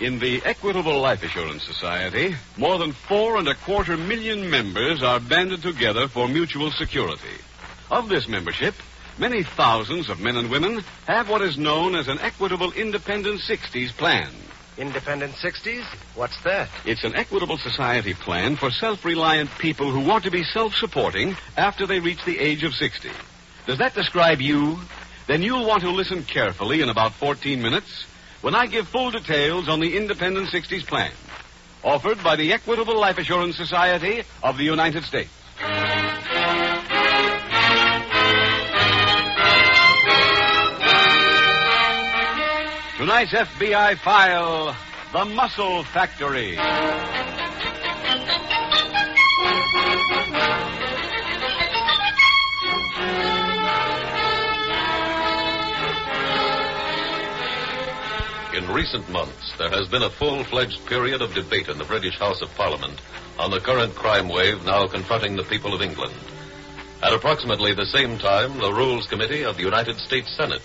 In the Equitable Life Assurance Society, more than four and a quarter million members are banded together for mutual security. Of this membership, many thousands of men and women have what is known as an Equitable Independent 60s plan. Independent 60s? What's that? It's an equitable society plan for self-reliant people who want to be self-supporting after they reach the age of 60. Does that describe you? Then you'll want to listen carefully in about 14 minutes when I give full details on the Independent 60s plan, offered by the Equitable Life Assurance Society of the United States. Tonight's FBI file, The Muscle Factory. In recent months, there has been a full fledged period of debate in the British House of Parliament on the current crime wave now confronting the people of England. At approximately the same time, the Rules Committee of the United States Senate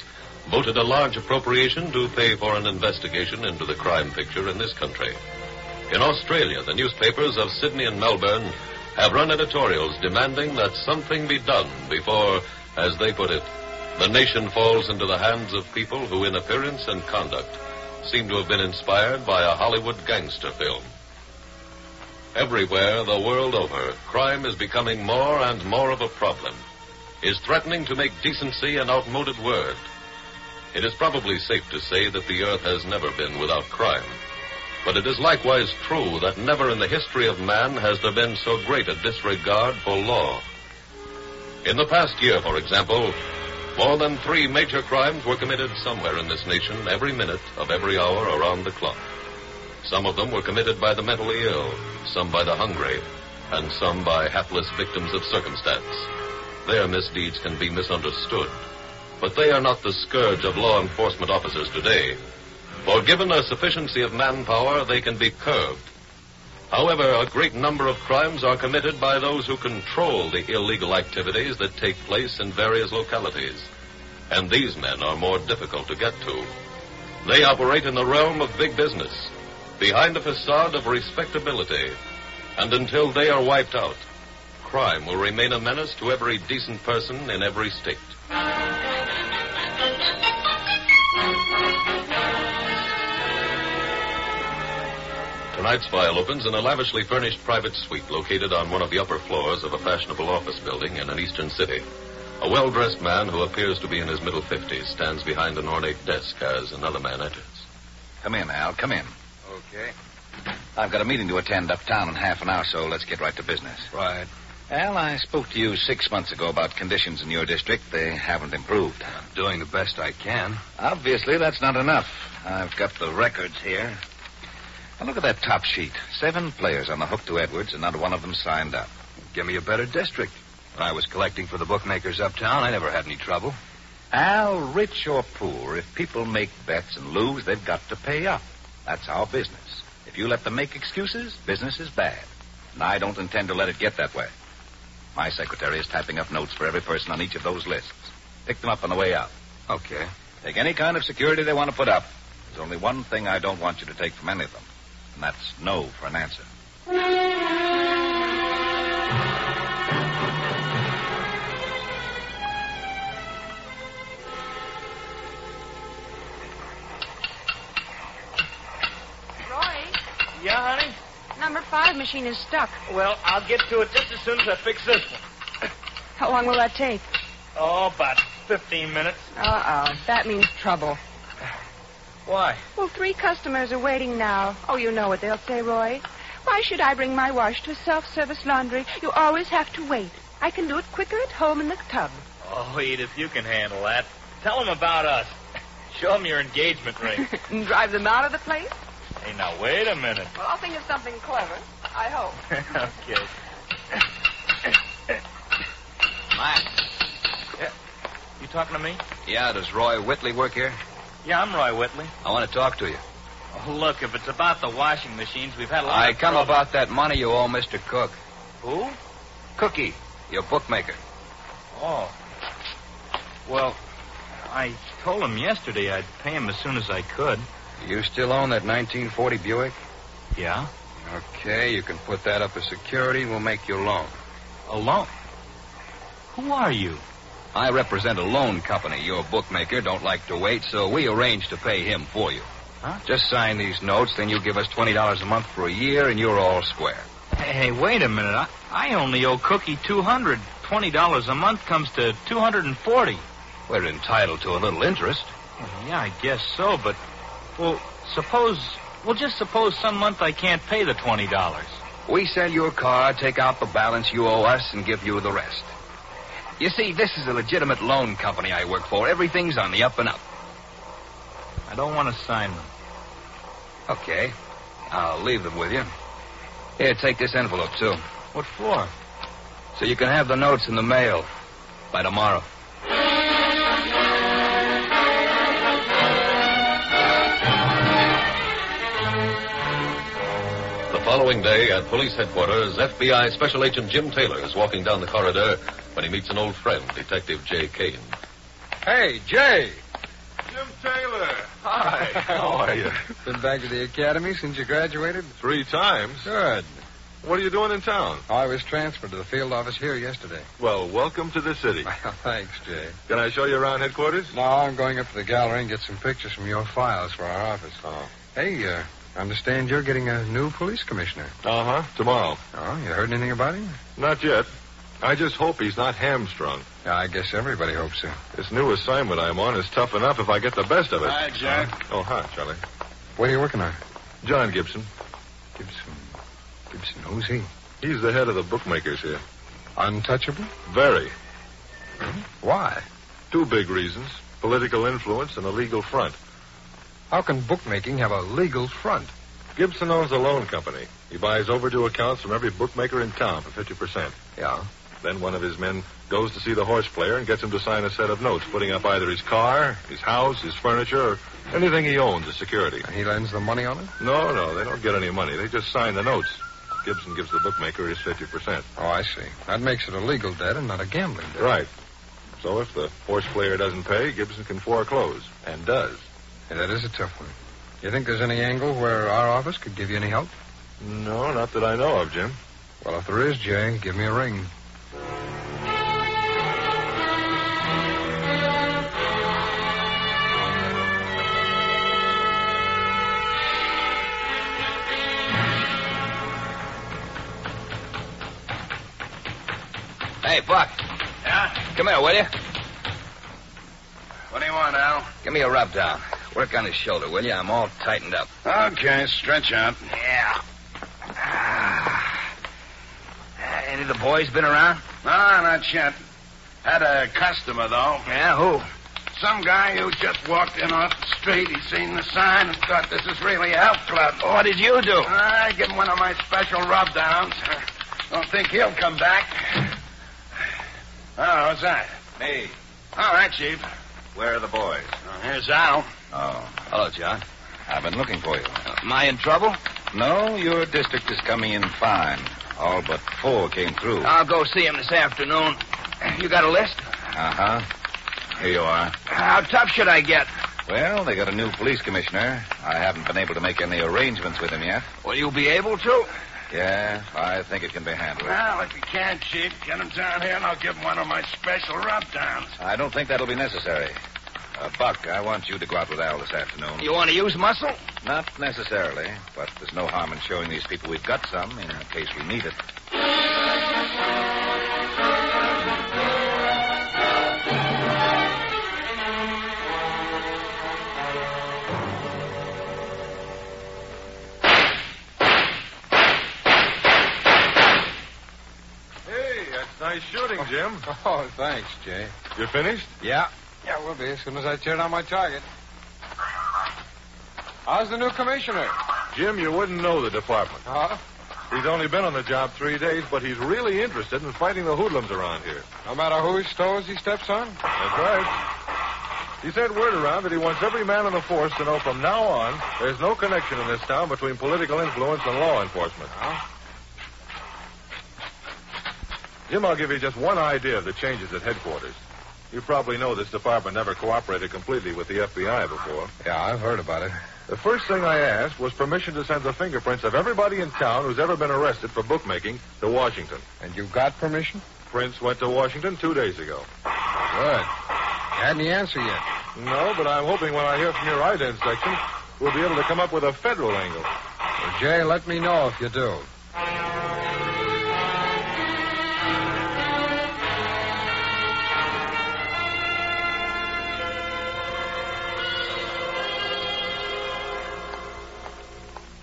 voted a large appropriation to pay for an investigation into the crime picture in this country. In Australia, the newspapers of Sydney and Melbourne have run editorials demanding that something be done before, as they put it, the nation falls into the hands of people who, in appearance and conduct, seem to have been inspired by a Hollywood gangster film. Everywhere the world over, crime is becoming more and more of a problem, is threatening to make decency an outmoded word. It is probably safe to say that the earth has never been without crime. But it is likewise true that never in the history of man has there been so great a disregard for law. In the past year, for example, more than three major crimes were committed somewhere in this nation every minute of every hour around the clock. Some of them were committed by the mentally ill, some by the hungry, and some by hapless victims of circumstance. Their misdeeds can be misunderstood, but they are not the scourge of law enforcement officers today. For given a sufficiency of manpower, they can be curbed. However, a great number of crimes are committed by those who control the illegal activities that take place in various localities. And these men are more difficult to get to. They operate in the realm of big business, behind a facade of respectability. And until they are wiped out, crime will remain a menace to every decent person in every state. Tonight's file opens in a lavishly furnished private suite located on one of the upper floors of a fashionable office building in an eastern city. A well dressed man who appears to be in his middle 50s stands behind an ornate desk as another man enters. Come in, Al. Come in. Okay. I've got a meeting to attend uptown in half an hour, so let's get right to business. Right. Al, I spoke to you six months ago about conditions in your district. They haven't improved. I'm doing the best I can. Obviously, that's not enough. I've got the records here. Now, look at that top sheet. Seven players on the hook to Edwards, and not one of them signed up. Give me a better district. When I was collecting for the bookmakers uptown, I never had any trouble. Al, rich or poor, if people make bets and lose, they've got to pay up. That's our business. If you let them make excuses, business is bad. And I don't intend to let it get that way. My secretary is typing up notes for every person on each of those lists. Pick them up on the way out. Okay. Take any kind of security they want to put up. There's only one thing I don't want you to take from any of them, and that's no for an answer. Roy, Yeah, honey? number five machine is stuck. Well, I'll get to it just as soon as I fix this one. How long will that take? Oh, about 15 minutes. Uh oh. That means trouble. Why? Well, three customers are waiting now. Oh, you know what they'll say, Roy. Why should I bring my wash to self service laundry? You always have to wait. I can do it quicker at home in the tub. Oh, Edith, you can handle that. Tell them about us. Show them your engagement ring. and drive them out of the place? hey, now, wait a minute. Well, I'll think of something clever. I hope. okay. Max. You talking to me? Yeah, does Roy Whitley work here? Yeah, I'm Roy Whitley. I want to talk to you. Oh, look, if it's about the washing machines, we've had a lot I of come trouble. about that money you owe Mr. Cook. Who? Cookie, your bookmaker. Oh. Well, I told him yesterday I'd pay him as soon as I could. You still own that 1940 Buick? Yeah? Okay, you can put that up as security. We'll make you a loan. A loan. Who are you? I represent a loan company. Your bookmaker don't like to wait, so we arrange to pay him for you. Huh? Just sign these notes, then you give us $20 a month for a year, and you're all square. Hey, hey, wait a minute. I, I only owe Cookie two hundred twenty dollars a month comes to two hundred and forty. We're entitled to a little interest. yeah, I guess so, but well suppose well just suppose some month I can't pay the twenty dollars. We sell your car, take out the balance you owe us, and give you the rest. You see, this is a legitimate loan company I work for. Everything's on the up and up. I don't want to sign them. Okay. I'll leave them with you. Here, take this envelope, too. What for? So you can have the notes in the mail by tomorrow. The following day at police headquarters, FBI Special Agent Jim Taylor is walking down the corridor when he meets an old friend, Detective Jay Kane. Hey, Jay. Jim Taylor. How are you? Been back to the academy since you graduated? Three times. Good. What are you doing in town? I was transferred to the field office here yesterday. Well, welcome to the city. Well, thanks, Jay. Can I show you around headquarters? Now I'm going up to the gallery and get some pictures from your files for our office. Oh. Hey, uh, understand you're getting a new police commissioner. Uh huh. Tomorrow. Oh, you heard anything about him? Not yet. I just hope he's not hamstrung. Yeah, I guess everybody hopes so. This new assignment I'm on is tough enough if I get the best of it. Hi, Jack. Oh, hi, Charlie. What are you working on? John Gibson. Gibson. Gibson, who's he? He's the head of the bookmakers here. Untouchable? Very. Why? Two big reasons political influence and a legal front. How can bookmaking have a legal front? Gibson owns a loan company. He buys overdue accounts from every bookmaker in town for 50%. Yeah. Then one of his men goes to see the horse player and gets him to sign a set of notes, putting up either his car, his house, his furniture, or anything he owns as security. And he lends the money on it? No, no, they don't get any money. They just sign the notes. Gibson gives the bookmaker his 50%. Oh, I see. That makes it a legal debt and not a gambling debt. Right. So if the horse player doesn't pay, Gibson can foreclose, and does. Yeah, that is a tough one. You think there's any angle where our office could give you any help? No, not that I know of, Jim. Well, if there is, Jay, give me a ring. Hey, Buck. Yeah? Come here, will you? What do you want, Al? Give me a rub down. Work on his shoulder, will you? I'm all tightened up. Okay, stretch out. Yeah. Ah. any of the boys been around? No, not yet. Had a customer, though. Yeah, who? Some guy who just walked in off the street. He seen the sign and thought this is really a health club. What did you do? I give him one of my special rub downs. Don't think he'll come back. Oh, what's that? Me. All right, Chief. Where are the boys? Oh, here's Al. Oh. Hello, John. I've been looking for you. Uh, am I in trouble? No, your district is coming in fine. All but four came through. I'll go see him this afternoon. You got a list? Uh huh. Here you are. How tough should I get? Well, they got a new police commissioner. I haven't been able to make any arrangements with him yet. Will you be able to? Yeah, I think it can be handled. Well, if you can, Chief, get him down here and I'll give him one of my special rub downs. I don't think that'll be necessary. Uh, Buck, I want you to go out with Al this afternoon. You want to use muscle? Not necessarily, but there's no harm in showing these people we've got some in case we need it. Hey, that's nice shooting, Jim? Oh, thanks, Jay. You finished? Yeah? Yeah, we'll be as soon as I turn on my target. How's the new commissioner? Jim, you wouldn't know the department. Huh? He's only been on the job three days, but he's really interested in fighting the hoodlums around here. No matter whose toes he steps on? That's right. He sent word around that he wants every man on the force to know from now on there's no connection in this town between political influence and law enforcement. Jim, I'll give you just one idea of the changes at headquarters. You probably know this department never cooperated completely with the FBI before. Yeah, I've heard about it. The first thing I asked was permission to send the fingerprints of everybody in town who's ever been arrested for bookmaking to Washington. And you got permission? Prince went to Washington two days ago. Good. You hadn't the answer yet. No, but I'm hoping when I hear from your ident section, we'll be able to come up with a federal angle. Well, Jay, let me know if you do.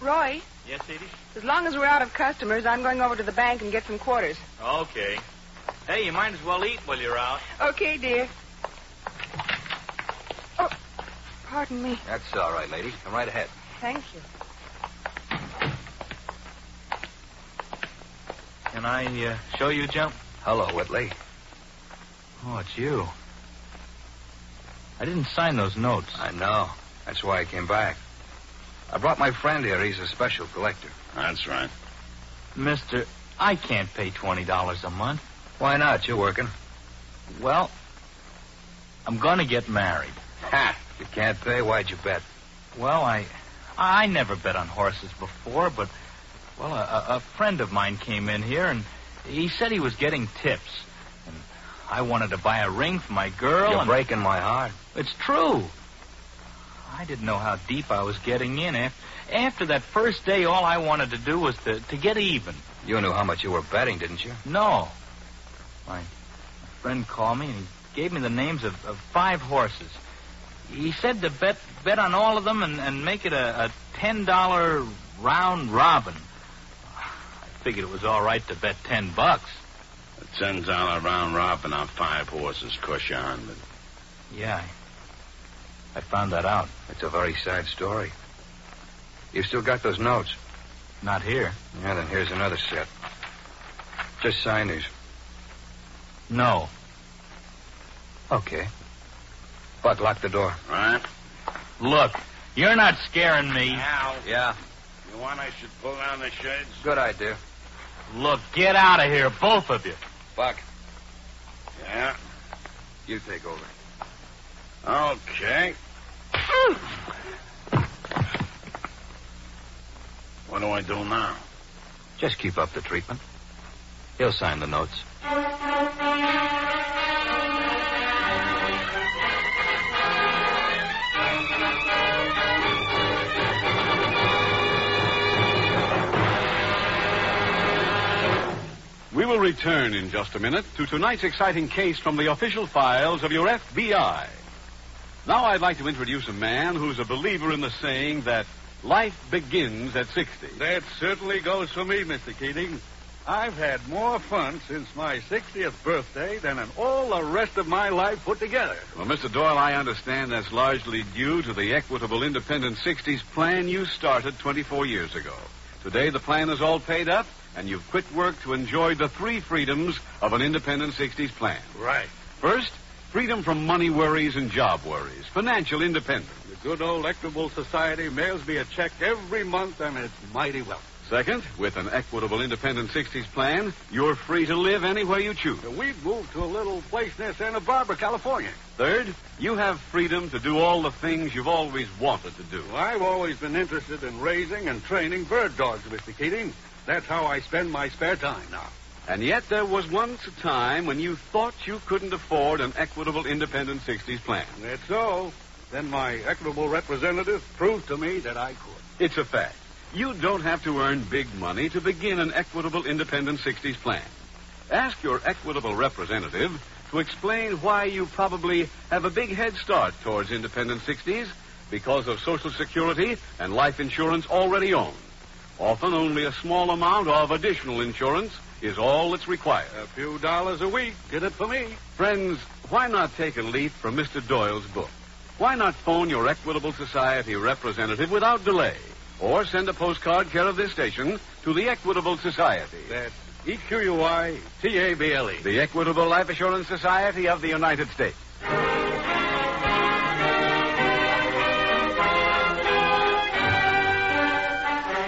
Roy, Yes, Edie? as long as we're out of customers, I'm going over to the bank and get some quarters. Okay. Hey, you might as well eat while you're out. Okay, dear. Oh, pardon me. That's all right, lady. Come right ahead. Thank you. Can I uh, show you, Jim? Hello, Whitley. Oh, it's you. I didn't sign those notes. I know. That's why I came back. I brought my friend here. He's a special collector. That's right. Mister, I can't pay $20 a month. Why not? You're working. Well, I'm going to get married. Ha! You can't pay? Why'd you bet? Well, I I never bet on horses before, but well, a- a, a friend of mine came in here and he said he was getting tips, and I wanted to buy a ring for my girl. You're and breaking my heart. it's true. I didn't know how deep I was getting in. After, after that first day, all I wanted to do was to, to get even. You knew how much you were betting, didn't you? No. My friend called me and he gave me the names of, of five horses. He said to bet bet on all of them and, and make it a, a ten dollar round robin. I figured it was all right to bet ten bucks. A ten dollar round robin on five horses cost you a hundred. Yeah. I, I found that out. It's a very sad story. You've still got those notes. Not here. Yeah, then here's another set. Just sign these. No. Okay. Buck, lock the door. All right? Look, you're not scaring me. Al, Yeah. you want I should pull down the shades? Good idea. Look, get out of here, both of you. Buck, Yeah. you take over. Okay. Hmm. what do I do now? Just keep up the treatment. He'll sign the notes. We will return in just a minute to tonight's exciting case from the official files of your FBI. Now I'd like to introduce a man who's a believer in the saying that life begins at 60. That certainly goes for me, Mr. Keating. I've had more fun since my 60th birthday than in all the rest of my life put together. Well, Mr. Doyle, I understand that's largely due to the Equitable Independent 60s plan you started 24 years ago. Today, the plan is all paid up, and you've quit work to enjoy the three freedoms of an Independent 60s plan. Right. First, freedom from money worries and job worries, financial independence. The good old Equitable Society mails me a check every month, and it's mighty welcome. Second, with an Equitable Independent 60s plan, you're free to live anywhere you choose. We've moved to a little place near Santa Barbara, California. Third, you have freedom to do all the things you've always wanted to do. I've always been interested in raising and training bird dogs, Mr. Keating. That's how I spend my spare time now. And yet there was once a time when you thought you couldn't afford an equitable independent 60s plan. That's so. Then my equitable representative proved to me that I could. It's a fact. You don't have to earn big money to begin an equitable independent 60s plan. Ask your equitable representative to explain why you probably have a big head start towards independent 60s because of Social Security and life insurance already owned. Often only a small amount of additional insurance is all that's required. A few dollars a week did it for me. Friends, why not take a leaf from Mr. Doyle's book? Why not phone your Equitable Society representative without delay? Or send a postcard care of this station to the Equitable Society. That's E Q U I T A B L E. The Equitable Life Assurance Society of the United States.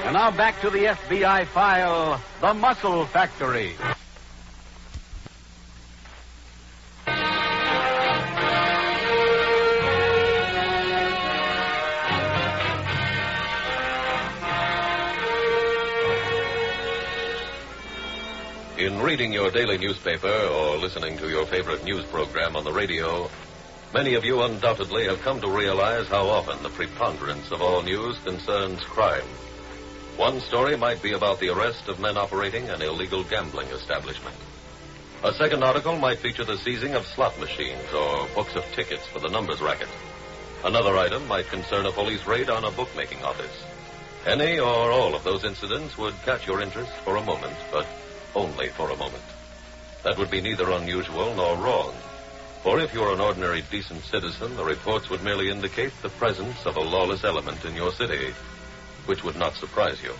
And now back to the FBI file The Muscle Factory. In reading your daily newspaper or listening to your favorite news program on the radio, many of you undoubtedly have come to realize how often the preponderance of all news concerns crime. One story might be about the arrest of men operating an illegal gambling establishment. A second article might feature the seizing of slot machines or books of tickets for the numbers racket. Another item might concern a police raid on a bookmaking office. Any or all of those incidents would catch your interest for a moment, but only for a moment. That would be neither unusual nor wrong. For if you're an ordinary decent citizen, the reports would merely indicate the presence of a lawless element in your city, which would not surprise you.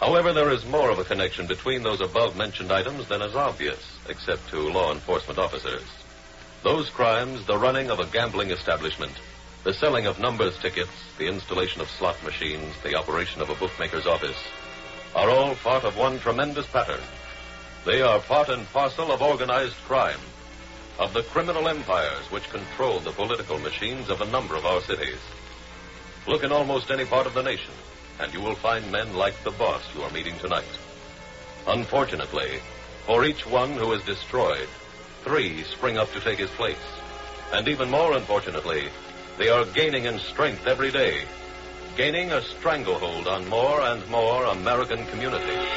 However, there is more of a connection between those above mentioned items than is obvious, except to law enforcement officers. Those crimes, the running of a gambling establishment, the selling of numbers tickets, the installation of slot machines, the operation of a bookmaker's office, are all part of one tremendous pattern. They are part and parcel of organized crime, of the criminal empires which control the political machines of a number of our cities. Look in almost any part of the nation, and you will find men like the boss you are meeting tonight. Unfortunately, for each one who is destroyed, three spring up to take his place. And even more unfortunately, they are gaining in strength every day, gaining a stranglehold on more and more American communities.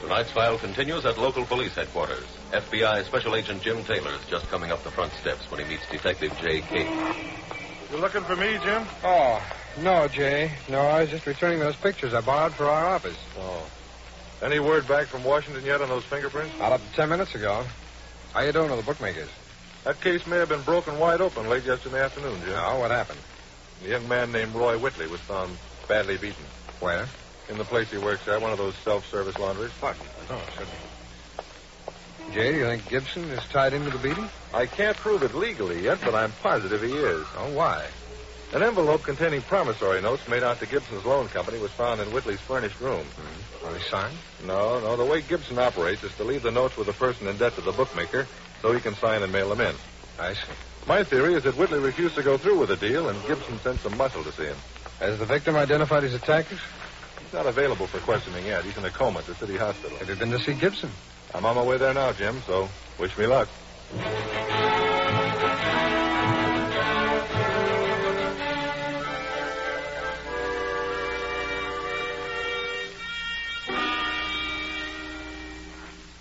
Tonight's file continues at local police headquarters. FBI Special Agent Jim Taylor is just coming up the front steps when he meets Detective J. King. You looking for me, Jim? Oh, no, Jay. No, I was just returning those pictures I borrowed for our office. Oh. Any word back from Washington yet on those fingerprints? About ten minutes ago. How you doing with the bookmakers? That case may have been broken wide open late yesterday afternoon, Jim. No, what happened? A young man named Roy Whitley was found badly beaten Where? in the place he works at, one of those self-service laundries. Pardon. Oh, certainly. Jay, you think Gibson is tied into the beating? I can't prove it legally yet, but I'm positive he is. Oh, why? An envelope containing promissory notes made out to Gibson's loan company was found in Whitley's furnished room. Are they signed? No, no. The way Gibson operates is to leave the notes with the person in debt to the bookmaker so he can sign and mail them in. I see. My theory is that Whitley refused to go through with the deal, and Gibson sent some muscle to see him. Has the victim identified his attackers? He's not available for questioning yet. He's in a coma at the city hospital. Have you been to see Gibson? I'm on my way there now, Jim, so wish me luck.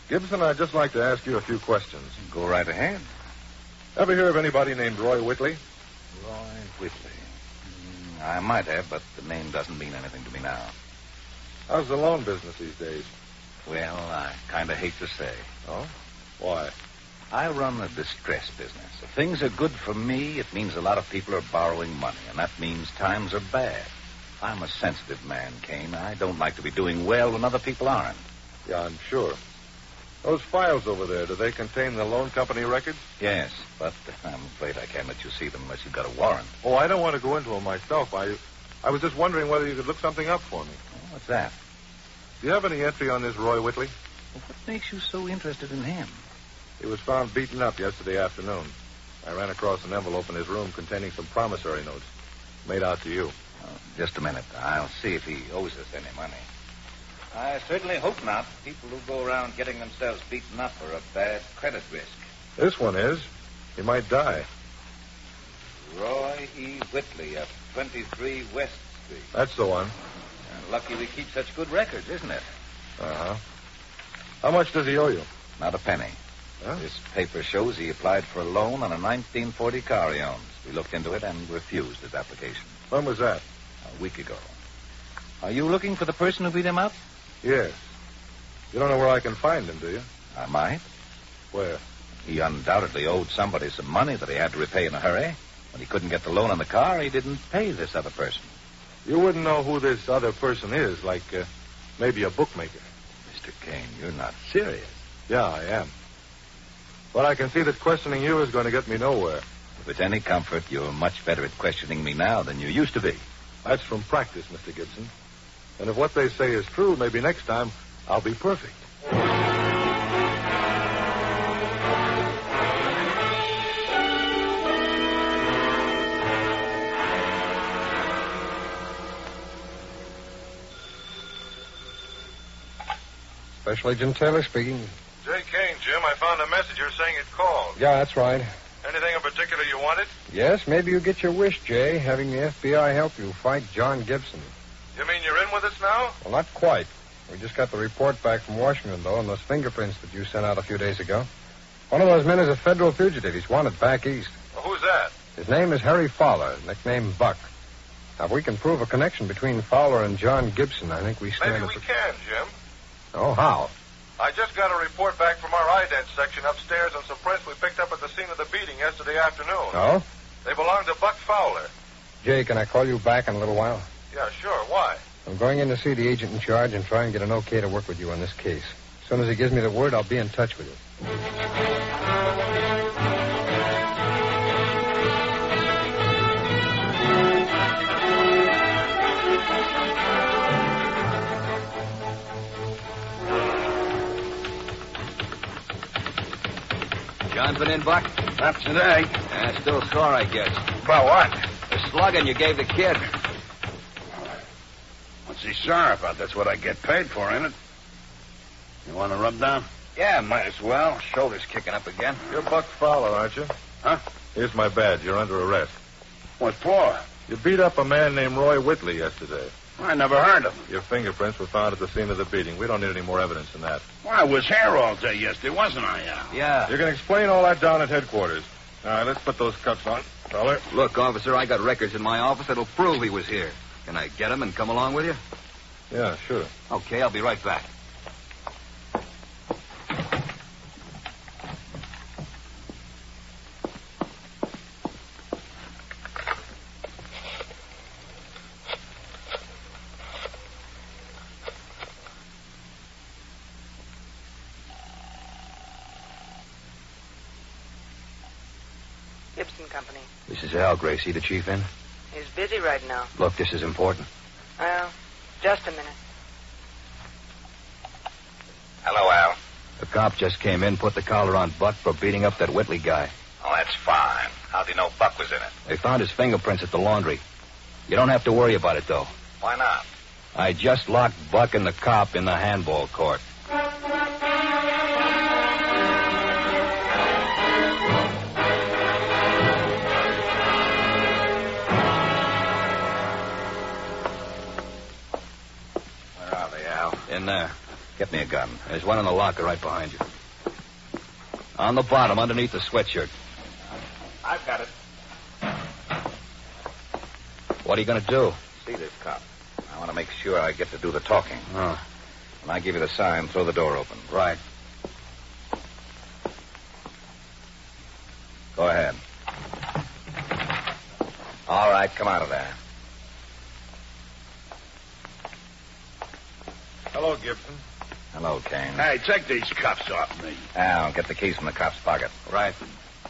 Gibson, I'd just like to ask you a few questions. Go right ahead. Ever hear of anybody named Roy Whitley? Roy Whitley. Mm, I might have, but the name doesn't mean anything to me now. How's the loan business these days? Well, I kind of hate to say. Oh? Why? I run the distress business. If things are good for me, it means a lot of people are borrowing money, and that means times are bad. I'm a sensitive man, Kane. I don't like to be doing well when other people aren't. Yeah, I'm sure. Those files over there, do they contain the loan company records? Yes, but I'm afraid I can't let you see them unless you've got a warrant. Oh, I don't want to go into them myself. I, I was just wondering whether you could look something up for me. What's that? Do you have any entry on this Roy Whitley? What makes you so interested in him? He was found beaten up yesterday afternoon. I ran across an envelope in his room containing some promissory notes made out to you. Oh, just a minute. I'll see if he owes us any money. I certainly hope not. People who go around getting themselves beaten up are a bad credit risk. This one is. He might die. Roy E. Whitley of 23 West Street. That's the one. Uh, lucky we keep such good records, isn't it? Uh huh. How much does he owe you? Not a penny. Huh? This paper shows he applied for a loan on a 1940 car he owns. We looked into it and refused his application When was that? a week ago. Are you looking for the person who beat him up? Yes. You don't know where I can find him, do you? I might. Where? He undoubtedly owed somebody some money that he had to repay in a hurry. When he couldn't get the loan on the car, he didn't pay this other person. You wouldn't know who this other person is, like uh, maybe a bookmaker. Mr. Kane, you're not serious. Yeah, I am. But I can see that questioning you is going to get me nowhere. If it's any comfort, you're much better at questioning me now than you used to be. That's from practice, Mr. Gibson. And if what they say is true, maybe next time I'll be perfect. Special Agent Taylor speaking. Jay Kane, Jim, I found a message here saying you'd called. Yeah, that's right. Anything in particular you wanted? Yes, maybe you get your wish, Jay, having the FBI help you fight John Gibson. You mean you're in with us now? Well, not quite. We just got the report back from Washington, though, on those fingerprints that you sent out a few days ago. One of those men is a federal fugitive. He's wanted back east. Well, who's that? His name is Harry Fowler, nicknamed Buck. Now, if we can prove a connection between Fowler and John Gibson, I think we stand Maybe a we pot- can, Jim. Oh, how? I just got a report back from our ident section upstairs on some prints we picked up at the scene of the beating yesterday afternoon. Oh? They belong to Buck Fowler. Jay, can I call you back in a little while? Yeah, sure. Why? I'm going in to see the agent in charge and try and get an okay to work with you on this case. As soon as he gives me the word, I'll be in touch with you. John's been in, Buck? Not today. Yeah, Eh, still sore, I guess. About what? The slugging you gave the kid. What's he sorry about? That's what I get paid for, ain't it? You want to rub down? Yeah, might as well. Shoulder's kicking up again. You're Buck Fowler, aren't you? Huh? Here's my badge. You're under arrest. What for? You beat up a man named Roy Whitley yesterday. I never heard of him. Your fingerprints were found at the scene of the beating. We don't need any more evidence than that. Why, I was here all day yesterday, wasn't I? Al? Yeah. You can explain all that down at headquarters. All right, let's put those cuffs on, fella. Look, officer, I got records in my office that'll prove he was here. Can I get him and come along with you? Yeah, sure. Okay, I'll be right back. Gibson Company. This is Al Gracie, the chief in. He's busy right now. Look, this is important. Well, just a minute. Hello, Al. The cop just came in, put the collar on Buck for beating up that Whitley guy. Oh, that's fine. How'd you know Buck was in it? They found his fingerprints at the laundry. You don't have to worry about it, though. Why not? I just locked Buck and the cop in the handball court. Where are they, Al? In there. Get me a gun. There's one in the locker right behind you. On the bottom, underneath the sweatshirt. I've got it. What are you going to do? See this cop. I want to make sure I get to do the talking. Oh. When I give you the sign, throw the door open. Right. Go ahead. All right, come out of there. Hello, Gibson. Hello, Kane. Hey, take these cuffs off me. Al, get the keys from the cop's pocket. Right.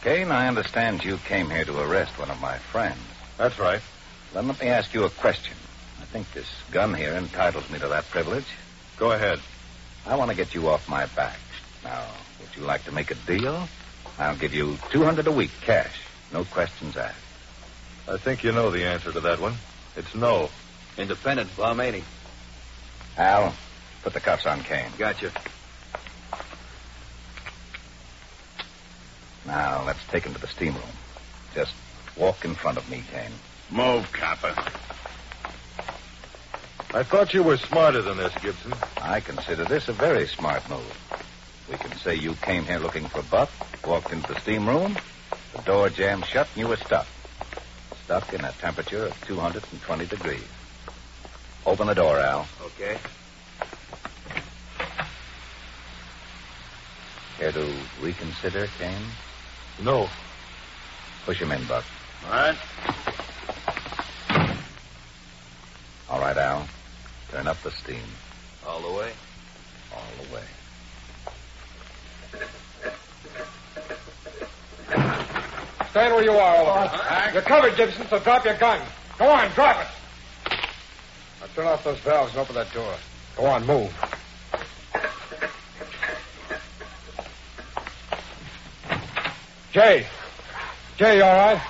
Kane, I understand you came here to arrest one of my friends. That's right. Then let me ask you a question. I think this gun here entitles me to that privilege. Go ahead. I want to get you off my back. Now, would you like to make a deal? I'll give you 200 a week cash. No questions asked. I think you know the answer to that one. It's no. Independent, Bomb 80. Al, put the cuffs on Kane. Gotcha. Now, let's take him to the steam room. Just walk in front of me, Kane. Move, copper. I thought you were smarter than this, Gibson. I consider this a very smart move. We can say you came here looking for Buck, walked into the steam room, the door jammed shut, and you were stuck. stuck in a temperature of 220 degrees. Open the door, Al. Okay. Care to reconsider, Kane? No. Push him in, Buck. All right. All right, Al. Turn up the steam. All the way? All the way. Stand where you are, Oliver. You're covered, Gibson, so drop your gun. Go on, drop it. Now turn off those valves and open that door. Go on, move. Jay. Jay, you all right?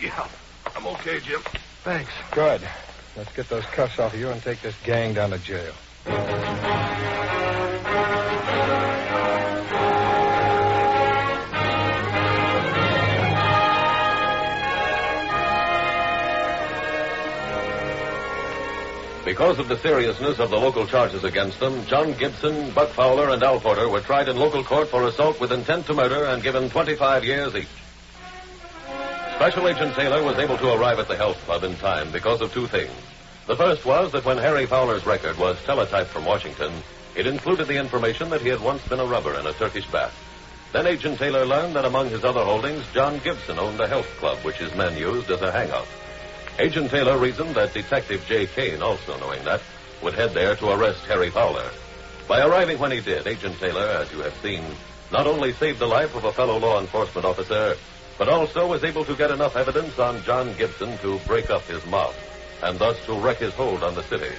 Yeah. I'm okay, Jim. Thanks. Good. Let's get those cuffs off of you and take this gang down to jail. Because of the seriousness of the local charges against them, John Gibson, Buck Fowler, and Al Porter were tried in local court for assault with intent to murder and given 25 years each. Special Agent Taylor was able to arrive at the health club in time because of two things. The first was that when Harry Fowler's record was teletyped from Washington, it included the information that he had once been a rubber in a Turkish bath. Then Agent Taylor learned that among his other holdings, John Gibson owned a health club which his men used as a hangout. Agent Taylor reasoned that Detective J. Kane, also knowing that, would head there to arrest Harry Fowler. By arriving when he did, Agent Taylor, as you have seen, not only saved the life of a fellow law enforcement officer, but also was able to get enough evidence on John Gibson to break up his mob, and thus to wreck his hold on the city.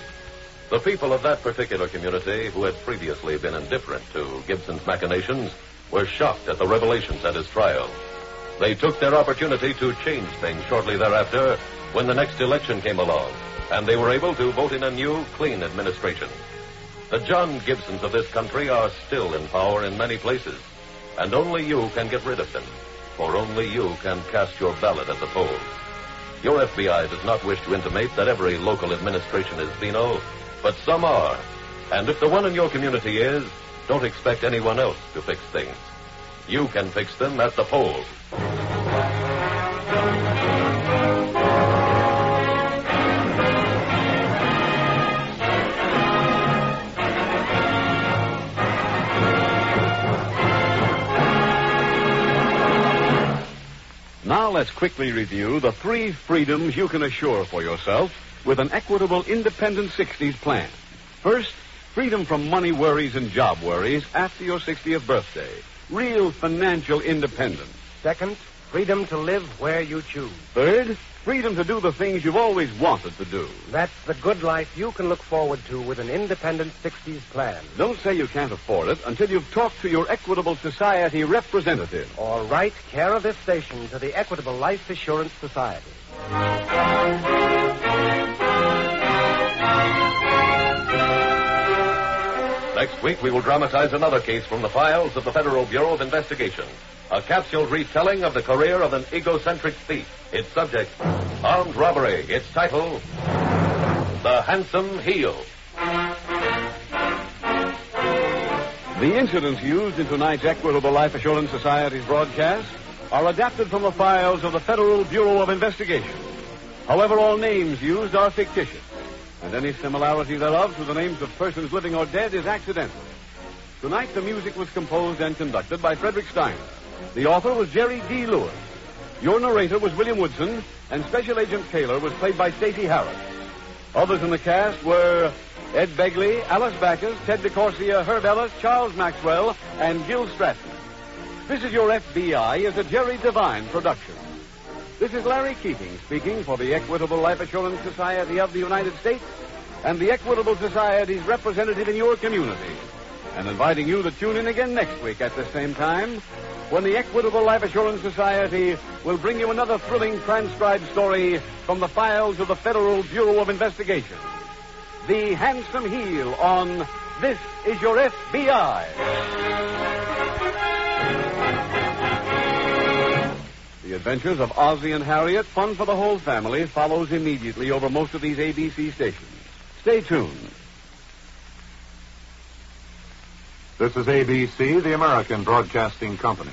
The people of that particular community, who had previously been indifferent to Gibson's machinations, were shocked at the revelations at his trial. They took their opportunity to change things shortly thereafter when the next election came along, and they were able to vote in a new, clean administration. The John Gibsons of this country are still in power in many places, and only you can get rid of them, for only you can cast your ballot at the polls. Your FBI does not wish to intimate that every local administration is venal, but some are. And if the one in your community is, don't expect anyone else to fix things. You can fix them at the polls. Now let's quickly review the three freedoms you can assure for yourself with an equitable independent 60s plan. First, freedom from money worries and job worries after your 60th birthday. Real financial independence. Second, freedom to live where you choose. Third, freedom to do the things you've always wanted to do. That's the good life you can look forward to with an independent 60s plan. Don't say you can't afford it until you've talked to your Equitable Society representative. Or write care of this station to the Equitable Life Assurance Society. Next week, we will dramatize another case from the files of the Federal Bureau of Investigation. A capsule retelling of the career of an egocentric thief. Its subject, armed robbery. Its title, The Handsome Heel. The incidents used in tonight's Equitable Life Assurance Society's broadcast are adapted from the files of the Federal Bureau of Investigation. However, all names used are fictitious, and any similarity thereof to the names of persons living or dead is accidental. Tonight, the music was composed and conducted by Frederick Steiner. The author was Jerry D. Lewis. Your narrator was William Woodson, and Special Agent Taylor was played by Stacey Harris. Others in the cast were Ed Begley, Alice Backus, Ted DeCorsia, Herb Ellis, Charles Maxwell, and Gil Stratton. This is Your FBI is a Jerry Devine production. This is Larry Keating speaking for the Equitable Life Assurance Society of the United States and the Equitable Society's representative in your community, and inviting you to tune in again next week at the same time when the Equitable Life Assurance Society will bring you another thrilling transcribed story from the files of the Federal Bureau of Investigation. The Handsome Heel on This Is Your FBI. The adventures of Ozzie and Harriet, fun for the whole family, follows immediately over most of these ABC stations. Stay tuned. This is ABC, the American Broadcasting Company.